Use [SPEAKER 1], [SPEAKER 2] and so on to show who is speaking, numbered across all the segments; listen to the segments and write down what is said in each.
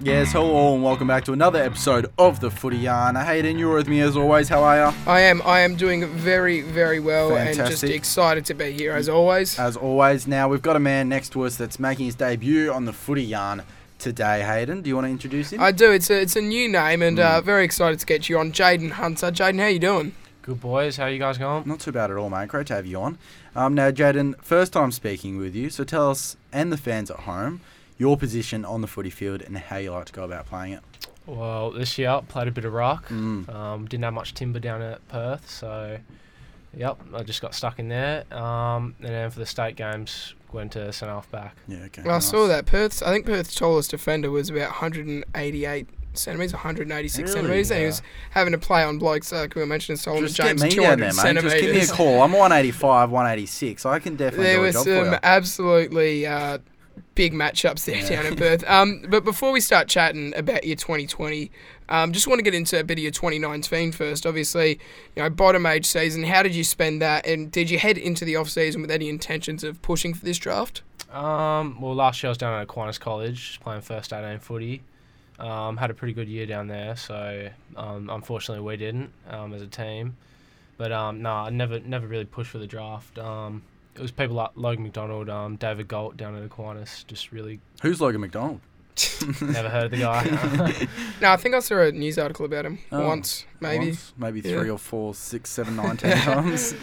[SPEAKER 1] Yes, hello all and welcome back to another episode of the Footy Yarn. Hayden, you're with me as always. How are you?
[SPEAKER 2] I am. I am doing very, very well, and just
[SPEAKER 1] Fantastic.
[SPEAKER 2] excited to be here as always.
[SPEAKER 1] As always, now we've got a man next to us that's making his debut on the Footy Yarn today. Hayden, do you want to introduce him?
[SPEAKER 2] I do. It's a, it's a new name, and
[SPEAKER 1] Mm.
[SPEAKER 2] uh, very excited to get you on, Jaden Hunter. Jaden, how you doing?
[SPEAKER 3] Good boys, how you guys going?
[SPEAKER 1] Not too bad at all, mate. Great to have you on. Um, now, Jaden, first time speaking with you, so tell us and the fans at home your position on the footy field and how you like to go about playing it.
[SPEAKER 3] Well, this year played a bit of rock.
[SPEAKER 1] Mm.
[SPEAKER 3] Um, didn't have much timber down at Perth, so yep, I just got stuck in there. Um, and then for the state games, went to centre half back.
[SPEAKER 1] Yeah, okay.
[SPEAKER 2] I
[SPEAKER 1] nice.
[SPEAKER 2] saw that Perth's. I think Perth's tallest defender was about 188 centimeters, 186
[SPEAKER 1] Really?
[SPEAKER 2] centimeters, and he
[SPEAKER 3] Yeah.
[SPEAKER 2] was having to play on blokes like we mentioned, Solomon
[SPEAKER 1] Just
[SPEAKER 2] James,
[SPEAKER 1] get me
[SPEAKER 2] 200
[SPEAKER 1] down there, mate. Just
[SPEAKER 2] centimeters.
[SPEAKER 1] give me a call. I'm 185, 186. I can definitely
[SPEAKER 2] there
[SPEAKER 1] do a
[SPEAKER 2] were
[SPEAKER 1] job
[SPEAKER 2] some
[SPEAKER 1] for you.
[SPEAKER 2] absolutely uh, big matchups there
[SPEAKER 1] Yeah.
[SPEAKER 2] down in Perth. Um, but before we start chatting about your 2020, um, just want to get into a bit of your 2019 first. Obviously, you know, bottom age season. How did you spend that? And did you head into the off season with any intentions of pushing for this draft?
[SPEAKER 3] Um, well, last year I was down at Aquinas College just playing first 18 footy. Um, had a pretty good year down there, so um, unfortunately we didn't um, as a team. But um, no, I never never really pushed for the draft. Um, it was people like Logan McDonald, um, David Galt down at Aquinas, just really
[SPEAKER 1] Who's Logan McDonald?
[SPEAKER 3] never heard of the guy.
[SPEAKER 2] No, I think I saw a news article about him
[SPEAKER 1] Oh,
[SPEAKER 2] once, maybe.
[SPEAKER 1] Once, maybe
[SPEAKER 2] Yeah.
[SPEAKER 1] three or four, six, seven, nine, ten times.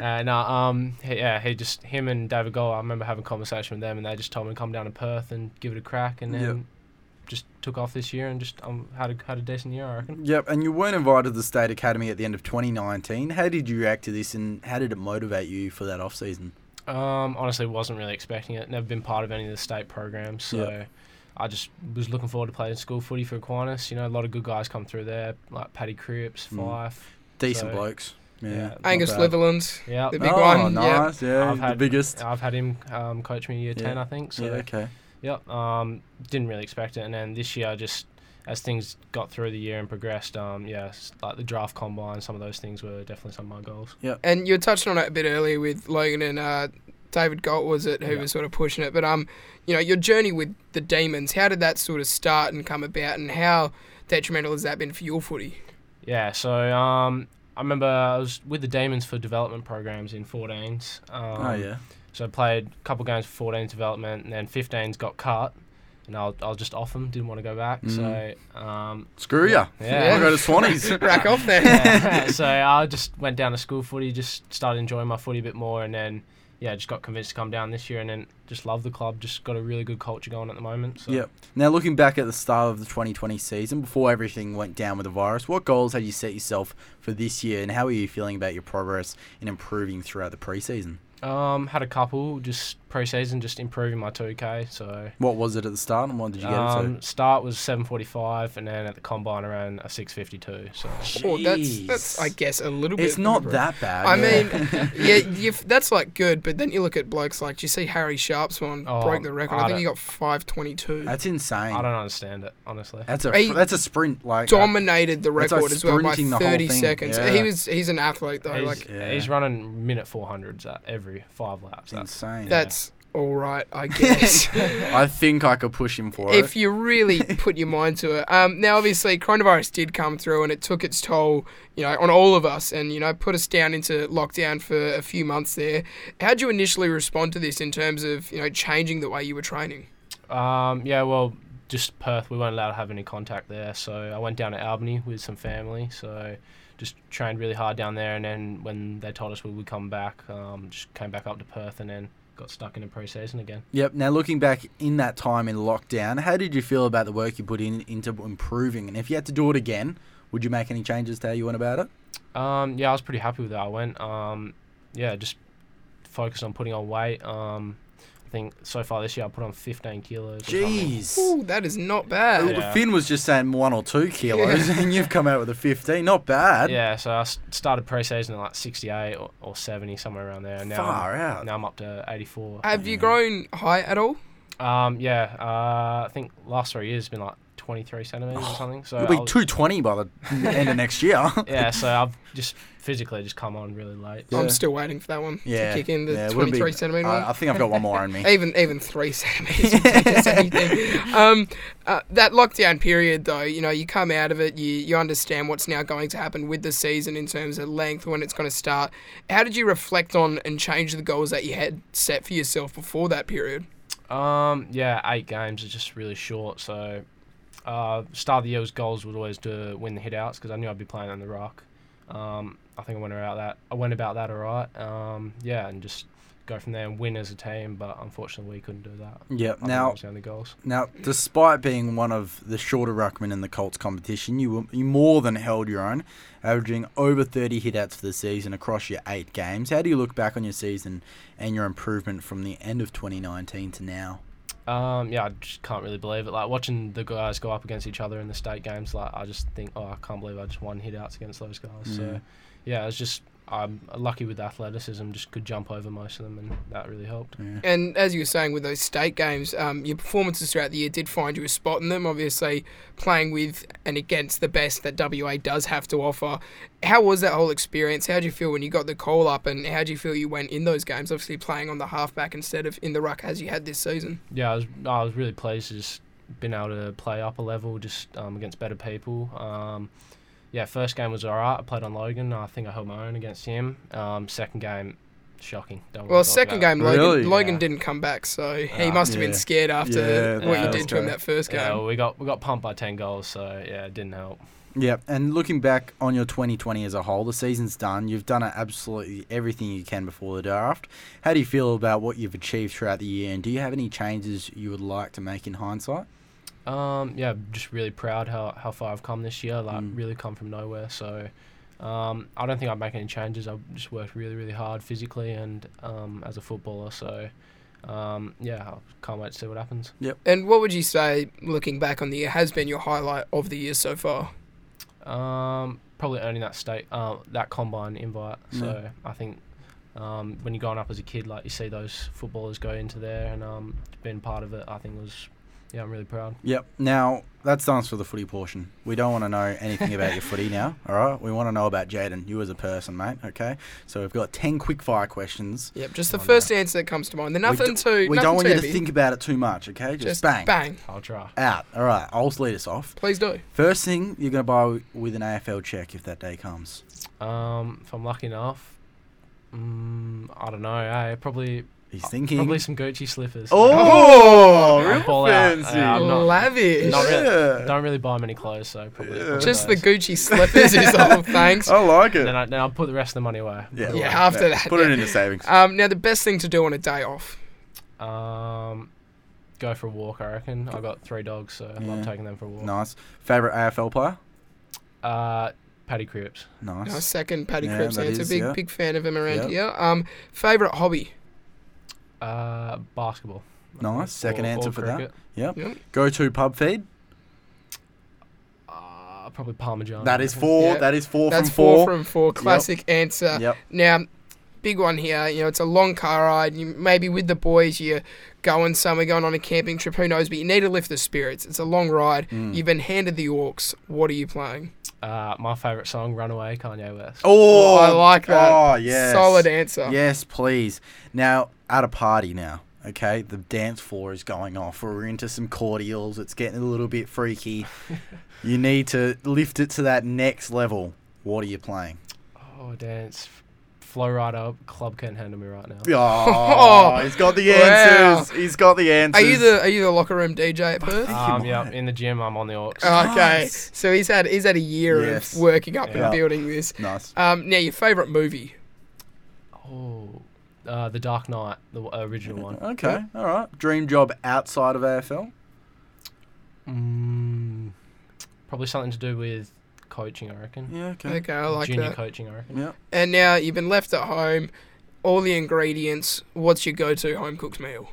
[SPEAKER 3] Uh, no, um, he, yeah, he just him and David Gold. I remember having a conversation with them, and they just told me to come down to Perth and give it a crack, and
[SPEAKER 1] Yep.
[SPEAKER 3] then just took off this year and just um, had a had a decent year, I reckon.
[SPEAKER 1] Yep, and you weren't invited to the State Academy at the end of 2019. How did you react to this and how did it motivate you for that off season?
[SPEAKER 3] Um, honestly, wasn't really expecting it. Never been part of any of the state programs, so I just was looking forward to playing school footy for Aquinas. You know, a lot of good guys come through there, like Paddy Cripps,
[SPEAKER 1] Mm.
[SPEAKER 3] Fife.
[SPEAKER 1] Decent
[SPEAKER 3] So,
[SPEAKER 1] blokes. Yeah.
[SPEAKER 3] yeah.
[SPEAKER 1] not
[SPEAKER 2] Angus
[SPEAKER 1] bad.
[SPEAKER 2] Litherland.
[SPEAKER 3] Yeah,
[SPEAKER 2] The big
[SPEAKER 1] oh,
[SPEAKER 2] one, yeah.
[SPEAKER 1] nice. Yeah,
[SPEAKER 3] I've
[SPEAKER 1] the
[SPEAKER 3] had-
[SPEAKER 1] biggest.
[SPEAKER 3] I've had him um, coach me year
[SPEAKER 1] Yeah.
[SPEAKER 3] ten, I think. So
[SPEAKER 1] Yeah, okay.
[SPEAKER 3] Yep. Um, didn't really expect it, and then this year, just as things got through the year and progressed, um, yeah, s- like the draft combine, some of those things were definitely some of my goals.
[SPEAKER 2] And you were touching on it a bit earlier with Logan and uh, David Galt, was it, who
[SPEAKER 3] Yeah.
[SPEAKER 2] was sort of pushing it. But um, you know, your journey with the Demons, how did that sort of start and come about, and how detrimental has that been for your footy?
[SPEAKER 3] Yeah. So um, I remember I was with the Demons for development programs in 14s. Um,
[SPEAKER 1] oh, yeah.
[SPEAKER 3] So I played a couple games for 14 development, and then 15s got cut, and I'll I'll just off them. Didn't want to go back.
[SPEAKER 1] Mm.
[SPEAKER 3] So um,
[SPEAKER 1] Screw ya.
[SPEAKER 3] Yeah.
[SPEAKER 1] I'll go to Swannies.
[SPEAKER 2] Rack off then.
[SPEAKER 3] yeah, so I just went down to school footy, just started enjoying my footy a bit more, and then yeah, just got convinced to come down this year, and then just love the club. Just got a really good culture going at the moment. So.
[SPEAKER 1] Yep. Now, looking back at the start of the 2020 season, before everything went down with the virus, what goals had you set yourself for this year, and how are you feeling about your progress in improving throughout the preseason?
[SPEAKER 3] Um, had a couple just pre-season, just improving my two k. So
[SPEAKER 1] What was it at the start, and what did you get it to?
[SPEAKER 3] um, start was seven forty five, and then at the combine around a six fifty two. So
[SPEAKER 2] Oh, that's
[SPEAKER 1] Jeez.
[SPEAKER 2] that's I guess a little bit.
[SPEAKER 1] It's not
[SPEAKER 2] liberal.
[SPEAKER 1] that bad.
[SPEAKER 2] I
[SPEAKER 1] yeah.
[SPEAKER 2] mean, yeah, you that's like good, but then you look at blokes like, do you see Harry Sharp's one
[SPEAKER 3] Oh,
[SPEAKER 2] broke the record?
[SPEAKER 3] I
[SPEAKER 2] I think
[SPEAKER 3] don't-
[SPEAKER 2] he got five twenty two.
[SPEAKER 1] that's insane.
[SPEAKER 3] I don't understand it honestly.
[SPEAKER 1] That's a
[SPEAKER 2] Hey,
[SPEAKER 1] that's a sprint like
[SPEAKER 2] Dominated the
[SPEAKER 1] It's like
[SPEAKER 2] record as well by
[SPEAKER 1] sprinting the whole
[SPEAKER 2] thirty
[SPEAKER 1] thing,
[SPEAKER 2] seconds.
[SPEAKER 1] yeah.
[SPEAKER 2] He was he's an athlete though.
[SPEAKER 3] He's,
[SPEAKER 2] like
[SPEAKER 1] Yeah.
[SPEAKER 3] he's running minute four hundreds at every five laps.
[SPEAKER 1] it's
[SPEAKER 3] That's
[SPEAKER 1] insane.
[SPEAKER 2] that's all right, I guess.
[SPEAKER 1] I think I could push him for
[SPEAKER 2] if
[SPEAKER 1] it.
[SPEAKER 2] you really put your mind to it. Um, now, obviously, coronavirus did come through and it took its toll, you know, on all of us, and you know, put us down into lockdown for a few months there. How would you initially respond to this in terms of you know changing the way you were training?
[SPEAKER 3] Um, yeah, well, just Perth. We weren't allowed to have any contact there, so I went down to Albany with some family. So just trained really hard down there, and then when they told us we would come back, um, just came back up to Perth, and then got stuck in the pre-season again.
[SPEAKER 1] Yep. Now looking back in that time in lockdown, how did you feel about the work you put in into improving? And if you had to do it again, would you make any changes to how you went about it?
[SPEAKER 3] Um, yeah, I was pretty happy with that. I went. Um, yeah, just focused on putting on weight. Um, I think so far this year I put on 15 kilos. or something.
[SPEAKER 1] Jeez.
[SPEAKER 2] Ooh, that is not bad.
[SPEAKER 3] Yeah.
[SPEAKER 1] Finn was just saying one or two kilos, and you've come out with a fifteen. Not bad.
[SPEAKER 3] Yeah, so I s- started pre-season at like 68 or, or 70, somewhere around there. And now,
[SPEAKER 1] Far
[SPEAKER 3] I'm,
[SPEAKER 1] out.
[SPEAKER 3] now I'm up to 84.
[SPEAKER 2] Have you grown high at all?
[SPEAKER 3] Um, yeah, uh, I think last three years has been like 23 centimeters or something. So
[SPEAKER 1] You'll Oh, be
[SPEAKER 3] I'll-
[SPEAKER 1] 220 by the end of next year.
[SPEAKER 3] yeah, so I've just physically just come on really late.
[SPEAKER 1] Yeah.
[SPEAKER 2] I'm still waiting for that one
[SPEAKER 1] Yeah.
[SPEAKER 2] to kick in the
[SPEAKER 1] yeah, it wouldn't be-
[SPEAKER 2] 23 centimeter one.
[SPEAKER 1] I, I think I've got one more in me.
[SPEAKER 2] even even three centimeters would teach us anything. Um, uh, that lockdown period, though, you know, you come out of it, you you understand what's now going to happen with the season in terms of length, when it's going to start. How did you reflect on and change the goals that you had set for yourself before that period?
[SPEAKER 3] Um, yeah, eight games is just really short. So, uh, start of the year's goals would always to win the hitouts because I knew I'd be playing on the rock. Um, I think I went about that. I went about that all right. Um, yeah, and just go from there and win as a team. But unfortunately, we couldn't do that.
[SPEAKER 1] Yeah.
[SPEAKER 3] I
[SPEAKER 1] Now,
[SPEAKER 3] was the only goals.
[SPEAKER 1] Now, despite being one of the shorter ruckmen in the Colts competition, you, were, you more than held your own, averaging over 30 hitouts for the season across your eight games. How do you look back on your season and your improvement from the end of 2019 to now?
[SPEAKER 3] Um, yeah, I just can't really believe it. Like watching the guys go up against each other in the state games, like I just think, oh, I can't believe I just won hitouts against those guys.
[SPEAKER 1] Mm.
[SPEAKER 3] So, yeah, it's just I'm lucky with athleticism. Just could jump over most of them, and that really helped.
[SPEAKER 1] Yeah.
[SPEAKER 2] And as you were saying with those state games, um, your performances throughout the year did find you a spot in them. Obviously, playing with and against the best that WA does have to offer. How was that whole experience? How did you feel when you got the call up, and how did you feel you went in those games? Obviously, playing on the halfback instead of in the ruck as you had this season.
[SPEAKER 3] yeah, I was I was really pleased to just been able to play up a level just um, against better people. Um, yeah, first game was alright. I played on Logan. I think I held my own against him. Um, second game, shocking. Don't wanna
[SPEAKER 2] Well,
[SPEAKER 3] talk
[SPEAKER 2] second
[SPEAKER 3] about
[SPEAKER 2] game,
[SPEAKER 1] Really?
[SPEAKER 2] Logan, Logan
[SPEAKER 3] Yeah.
[SPEAKER 2] didn't come back, so he
[SPEAKER 3] Ah,
[SPEAKER 2] must have
[SPEAKER 1] yeah.
[SPEAKER 2] been scared after
[SPEAKER 1] Yeah,
[SPEAKER 2] what
[SPEAKER 3] that
[SPEAKER 2] you
[SPEAKER 3] was
[SPEAKER 2] did to him
[SPEAKER 1] great.
[SPEAKER 2] that first
[SPEAKER 3] it. Yeah,
[SPEAKER 2] game.
[SPEAKER 3] we got we got pumped by ten goals, so yeah, it didn't help.
[SPEAKER 1] yeah, and looking back on your 2020 as a whole, the season's done. You've done absolutely everything you can before the draft. How do you feel about what you've achieved throughout the year, and do you have any changes you would like to make in hindsight?
[SPEAKER 3] Um, yeah, just really proud how, how far I've come this year. Like,
[SPEAKER 1] Mm.
[SPEAKER 3] really come from nowhere. So, um, I don't think I'd make any changes. I've just worked really, really hard physically and um, as a footballer. So, um, yeah, I can't wait to see what happens.
[SPEAKER 2] And what would you say, looking back on the year, has been your highlight of the year so far?
[SPEAKER 3] Um, probably earning that state, uh, that combine invite.
[SPEAKER 1] Yeah.
[SPEAKER 3] So I think um, when you're growing up as a kid, like you see those footballers go into there, and um, being part of it, I think was yeah, I'm really proud.
[SPEAKER 1] Yep. Now that's done for the footy portion. We don't want to know anything about your footy now. All right. We want to know about Jaden, you as a person, mate. Okay. So we've got ten quick fire questions.
[SPEAKER 2] Yep, just the
[SPEAKER 3] Oh, no.
[SPEAKER 2] first answer that comes to mind. They're
[SPEAKER 1] We
[SPEAKER 2] nothing too.
[SPEAKER 1] We
[SPEAKER 2] nothing
[SPEAKER 1] don't want
[SPEAKER 2] too
[SPEAKER 1] you to
[SPEAKER 2] heavy.
[SPEAKER 1] think about it too much. Okay. Just, bang,
[SPEAKER 2] Bang.
[SPEAKER 3] I'll try.
[SPEAKER 1] out. All right. I'll lead us off.
[SPEAKER 2] Please do.
[SPEAKER 1] First thing you're gonna buy with an AFL check if that day comes.
[SPEAKER 3] Um, if I'm lucky enough, mm, I don't know. I probably
[SPEAKER 1] He's thinking.
[SPEAKER 3] probably some Gucci slippers.
[SPEAKER 1] oh,
[SPEAKER 3] I'll
[SPEAKER 1] real
[SPEAKER 3] ball out.
[SPEAKER 1] fancy.
[SPEAKER 3] Yeah, I'm not-
[SPEAKER 2] Lavish.
[SPEAKER 3] not really-
[SPEAKER 1] Yeah.
[SPEAKER 3] Don't really buy many clothes, so probably.
[SPEAKER 1] Yeah.
[SPEAKER 2] Just the Gucci slippers is all thanks.
[SPEAKER 1] I like
[SPEAKER 3] Then I then I'll put the rest of the money away.
[SPEAKER 1] Yeah.
[SPEAKER 2] Yeah, after that,
[SPEAKER 1] Put it
[SPEAKER 2] yeah.
[SPEAKER 1] into savings.
[SPEAKER 2] Um, now, the best thing to do on a day off.
[SPEAKER 3] Um, go for a walk. I reckon. I've got three dogs, so I
[SPEAKER 1] Yeah.
[SPEAKER 3] love taking them for a walk.
[SPEAKER 1] Nice. Favorite AFL player.
[SPEAKER 3] Uh, Paddy Cripps.
[SPEAKER 1] Nice.
[SPEAKER 2] Our second Paddy
[SPEAKER 1] Yeah,
[SPEAKER 2] Cripps
[SPEAKER 1] that
[SPEAKER 2] answer.
[SPEAKER 1] is,
[SPEAKER 2] big,
[SPEAKER 1] yeah.
[SPEAKER 2] big fan of him around
[SPEAKER 1] Yep.
[SPEAKER 2] here. Um, favorite hobby.
[SPEAKER 3] Uh, basketball.
[SPEAKER 1] Nice. Second answer for that.
[SPEAKER 2] Yep.
[SPEAKER 1] Go to pub feed.
[SPEAKER 3] that. Uh, probably Parmesan.
[SPEAKER 1] That is four.
[SPEAKER 2] Yeah.
[SPEAKER 1] That is four
[SPEAKER 2] That's
[SPEAKER 1] from four.
[SPEAKER 2] four from uh, four. Classic answer.
[SPEAKER 1] yep.
[SPEAKER 2] Now, big one here. You know, it's a long car ride. You maybe with the boys, you're going somewhere, going on a camping trip. Who knows? But you need to lift the spirits. It's a long ride.
[SPEAKER 1] Mm.
[SPEAKER 2] You've been handed the Orcs. What are you playing?
[SPEAKER 3] Uh, my favorite song, Runaway, Kanye West.
[SPEAKER 1] Oh,
[SPEAKER 2] I like that.
[SPEAKER 1] Oh, yes.
[SPEAKER 2] Solid answer.
[SPEAKER 1] Yes, please. Now, at a party now, okay? The dance floor is going off. We're into some cordials. It's getting a little bit freaky. you need to lift it to that next level. What are you playing?
[SPEAKER 3] Oh, dance. Flow right up. Club can't handle me right now.
[SPEAKER 1] Oh, he's got the
[SPEAKER 2] Wow.
[SPEAKER 1] answers. He's got the
[SPEAKER 2] Are
[SPEAKER 1] answers.
[SPEAKER 2] you the Are you the locker room DJ at Perth?
[SPEAKER 1] think you
[SPEAKER 3] Um, yeah,
[SPEAKER 1] might.
[SPEAKER 3] in the gym, I'm on the Orcs.
[SPEAKER 2] Oh, Okay,
[SPEAKER 1] Nice.
[SPEAKER 2] so he's had he's had a year
[SPEAKER 1] Yes.
[SPEAKER 2] of working up
[SPEAKER 1] Yeah.
[SPEAKER 2] and building this.
[SPEAKER 1] Nice.
[SPEAKER 2] Um, now your favourite movie?
[SPEAKER 3] oh, uh, The Dark Knight, the w- original one.
[SPEAKER 1] Okay, all right. Dream job outside of AFL?
[SPEAKER 3] Mm, probably something to do with coaching, I reckon.
[SPEAKER 1] Yeah, okay.
[SPEAKER 2] Okay, I like
[SPEAKER 3] Junior
[SPEAKER 2] that.
[SPEAKER 3] coaching, I reckon.
[SPEAKER 1] Yeah.
[SPEAKER 2] and now you've been left at home. All the ingredients. What's your go-to home cooked meal?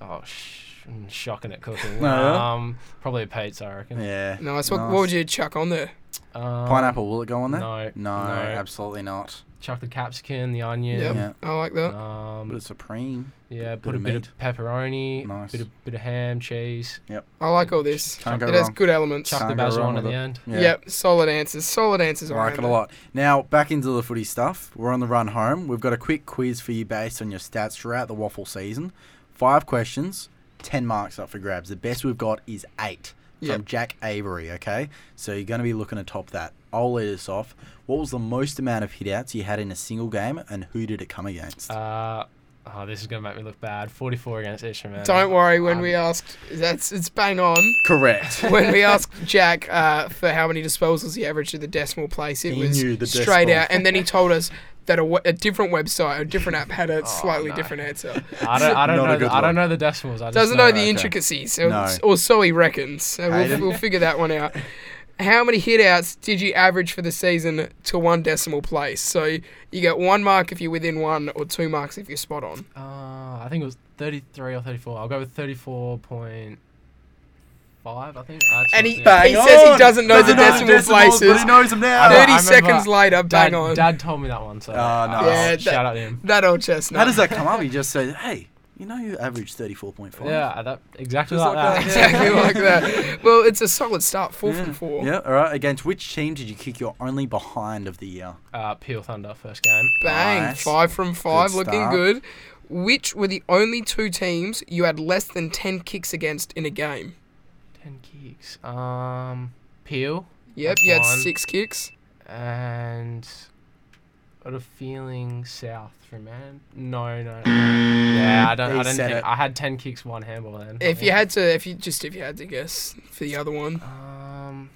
[SPEAKER 3] Oh, sh- and shocking at cooking.
[SPEAKER 1] Oh, yeah?
[SPEAKER 3] Um, probably a Pate's, I reckon.
[SPEAKER 1] Yeah.
[SPEAKER 2] Nice. What,
[SPEAKER 1] Nice.
[SPEAKER 2] what would you chuck on there?
[SPEAKER 3] Um,
[SPEAKER 1] Pineapple, will it go on there?
[SPEAKER 3] No,
[SPEAKER 1] No,
[SPEAKER 3] no.
[SPEAKER 1] absolutely not.
[SPEAKER 3] Chuck the capsicum, the onion.
[SPEAKER 2] Yep.
[SPEAKER 1] Yeah.
[SPEAKER 2] I like that.
[SPEAKER 1] But
[SPEAKER 3] Um,
[SPEAKER 1] it's supreme.
[SPEAKER 3] yeah,
[SPEAKER 1] bit
[SPEAKER 3] put a
[SPEAKER 1] of
[SPEAKER 3] bit
[SPEAKER 1] meat.
[SPEAKER 3] of pepperoni,
[SPEAKER 1] Nice.
[SPEAKER 3] bit of bit of ham, cheese.
[SPEAKER 2] I like all this.
[SPEAKER 1] Can't go
[SPEAKER 2] It has
[SPEAKER 1] wrong.
[SPEAKER 2] good elements.
[SPEAKER 3] Chuck the
[SPEAKER 1] Can't go
[SPEAKER 3] basil
[SPEAKER 1] wrong
[SPEAKER 3] on at
[SPEAKER 1] with
[SPEAKER 3] the
[SPEAKER 1] it.
[SPEAKER 3] end.
[SPEAKER 1] Yeah.
[SPEAKER 2] Yep. Solid answers. Solid answers. I
[SPEAKER 1] Like it a
[SPEAKER 2] reckon.
[SPEAKER 1] lot. Now back into the footy stuff. We're on the run home. We've got a quick quiz for you based on your stats throughout the waffle season. Five questions, ten marks up for grabs. The best we've got is eight from
[SPEAKER 2] Yep.
[SPEAKER 1] Jack Avery. Okay, so you're going to be looking to top that. I'll lead us off. What was the most amount of hitouts you had in a single game, and who did it come against?
[SPEAKER 3] Uh, oh, this is gonna make me look bad. Forty-four against Ishmael.
[SPEAKER 2] Don't worry when
[SPEAKER 3] Um,
[SPEAKER 2] we asked. That's it's bang on.
[SPEAKER 1] Correct.
[SPEAKER 2] when we asked Jack uh, for how many disposals he averaged at the decimal place, it
[SPEAKER 1] He
[SPEAKER 2] was
[SPEAKER 1] knew the
[SPEAKER 2] straight
[SPEAKER 1] decimal.
[SPEAKER 2] out. And then he told us that a, we- a different website, a different app, had a
[SPEAKER 1] Oh,
[SPEAKER 2] slightly
[SPEAKER 3] no.
[SPEAKER 2] different answer.
[SPEAKER 3] I don't. I don't
[SPEAKER 1] Not a
[SPEAKER 3] know.
[SPEAKER 1] good
[SPEAKER 3] The, I
[SPEAKER 1] one.
[SPEAKER 3] don't know the decimals. I just
[SPEAKER 2] Doesn't know the
[SPEAKER 1] okay.
[SPEAKER 2] intricacies, or,
[SPEAKER 1] No.
[SPEAKER 2] or so he reckons. So we'll,
[SPEAKER 1] Hayden.
[SPEAKER 2] we'll figure that one out. How many hitouts did you average for the season to one decimal place? So you get one mark if you're within one, or two marks if you're spot on.
[SPEAKER 3] Uh, I think it was thirty-three or thirty-four. I'll go with thirty-four point five. I think. Uh, I just
[SPEAKER 2] And
[SPEAKER 3] wanna
[SPEAKER 2] he-
[SPEAKER 3] see.
[SPEAKER 2] Bang he says he on. doesn't know the
[SPEAKER 1] Doesn't know
[SPEAKER 2] decimal places.
[SPEAKER 1] but he knows them now.
[SPEAKER 3] I
[SPEAKER 2] Thirty
[SPEAKER 3] remember
[SPEAKER 2] seconds later, bang
[SPEAKER 3] Dad,
[SPEAKER 2] on
[SPEAKER 3] Dad told me that one. So.
[SPEAKER 1] Oh,
[SPEAKER 3] uh,
[SPEAKER 1] nice.
[SPEAKER 2] Yeah, that-
[SPEAKER 3] shout out to him.
[SPEAKER 2] that old chestnut.
[SPEAKER 1] How does that come up? He just says, "Hey, you know you average thirty-four point five.
[SPEAKER 3] Yeah, uh, that exactly
[SPEAKER 1] Just
[SPEAKER 3] like,
[SPEAKER 1] like that,
[SPEAKER 3] that.
[SPEAKER 1] yeah.
[SPEAKER 2] exactly like that. Well, it's a solid start, four from four.
[SPEAKER 1] Yeah, all right. Against which team did you kick your only behind of the year?
[SPEAKER 3] Uh, Peel Thunder first game.
[SPEAKER 2] Bang,
[SPEAKER 1] Nice.
[SPEAKER 2] five from five,
[SPEAKER 1] Good
[SPEAKER 2] looking
[SPEAKER 1] start.
[SPEAKER 2] good. Which were the only two teams you had less than ten kicks against in a game?
[SPEAKER 3] Ten kicks. Um, Peel
[SPEAKER 2] Yep,
[SPEAKER 3] That's
[SPEAKER 2] you had
[SPEAKER 3] one.
[SPEAKER 2] six kicks.
[SPEAKER 3] and got a feeling South from Man. No, no. no. yeah, I don't.
[SPEAKER 1] Mm, He
[SPEAKER 3] I don't
[SPEAKER 1] said
[SPEAKER 3] think
[SPEAKER 1] it.
[SPEAKER 3] I had ten kicks, one handball then. I
[SPEAKER 2] If you
[SPEAKER 3] think.
[SPEAKER 2] had to, if you just if you had to guess for the other one,
[SPEAKER 3] Um,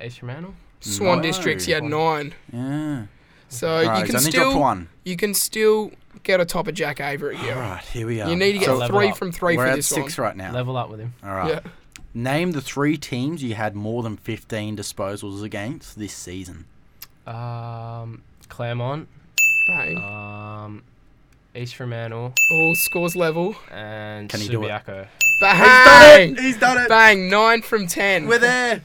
[SPEAKER 3] Ishmael.
[SPEAKER 2] Swan
[SPEAKER 1] No.
[SPEAKER 2] Districts, you had nine.
[SPEAKER 1] Yeah.
[SPEAKER 2] So
[SPEAKER 1] All right,
[SPEAKER 2] you can
[SPEAKER 1] he's only dropped
[SPEAKER 2] still
[SPEAKER 1] one.
[SPEAKER 2] you can still get a top of Jack Avery
[SPEAKER 1] All
[SPEAKER 2] here.
[SPEAKER 1] right, here we are.
[SPEAKER 2] You need to get
[SPEAKER 3] So level
[SPEAKER 2] three
[SPEAKER 3] up.
[SPEAKER 2] from 3
[SPEAKER 1] We're
[SPEAKER 2] for
[SPEAKER 1] at
[SPEAKER 2] this
[SPEAKER 1] six
[SPEAKER 2] one.
[SPEAKER 1] right now.
[SPEAKER 3] Level up with him.
[SPEAKER 1] All right.
[SPEAKER 2] Yeah.
[SPEAKER 1] Name the three teams you had more than 15 disposals against this season.
[SPEAKER 3] Um, Claremont.
[SPEAKER 2] Bang.
[SPEAKER 3] Um, East Fremantle
[SPEAKER 2] All scores level.
[SPEAKER 3] and
[SPEAKER 1] Can he do it?
[SPEAKER 3] Subiaco.
[SPEAKER 2] Bang.
[SPEAKER 1] He's done it.
[SPEAKER 2] Bang. Nine from ten.
[SPEAKER 1] there.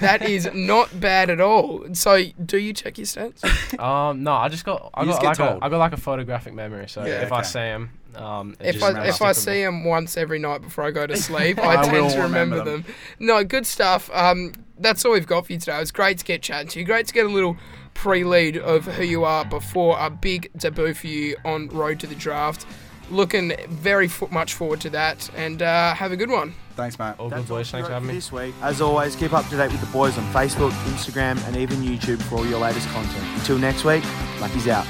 [SPEAKER 2] That is not bad at all. So, do you check your stats?
[SPEAKER 3] Um, no, I just got. I
[SPEAKER 1] You
[SPEAKER 3] got
[SPEAKER 1] just
[SPEAKER 3] like
[SPEAKER 1] get told.
[SPEAKER 3] a. I got like a photographic memory, so
[SPEAKER 2] Yeah,
[SPEAKER 3] if I
[SPEAKER 1] okay.
[SPEAKER 3] see him, um, it
[SPEAKER 2] If
[SPEAKER 3] just
[SPEAKER 2] I
[SPEAKER 1] remember
[SPEAKER 3] sticks
[SPEAKER 2] if I
[SPEAKER 3] with me.
[SPEAKER 2] see them once every night before I go to sleep,
[SPEAKER 1] I
[SPEAKER 2] I,
[SPEAKER 1] will
[SPEAKER 2] tend to remember,
[SPEAKER 1] remember
[SPEAKER 2] them.
[SPEAKER 1] them.
[SPEAKER 2] No, good stuff. Um, that's all we've got for you today. It was great to get chatting to you. Great to get a little pre-lead of who you are before a big debut for you on road to the draft. Looking very fo- much forward to that, and uh, have a good one.
[SPEAKER 1] Thanks, mate.
[SPEAKER 3] all good boys, thanks for having me.
[SPEAKER 4] This week, as always, keep up to date with the boys on Facebook, Instagram, and even YouTube for all your latest content. Until next week, Lucky's out.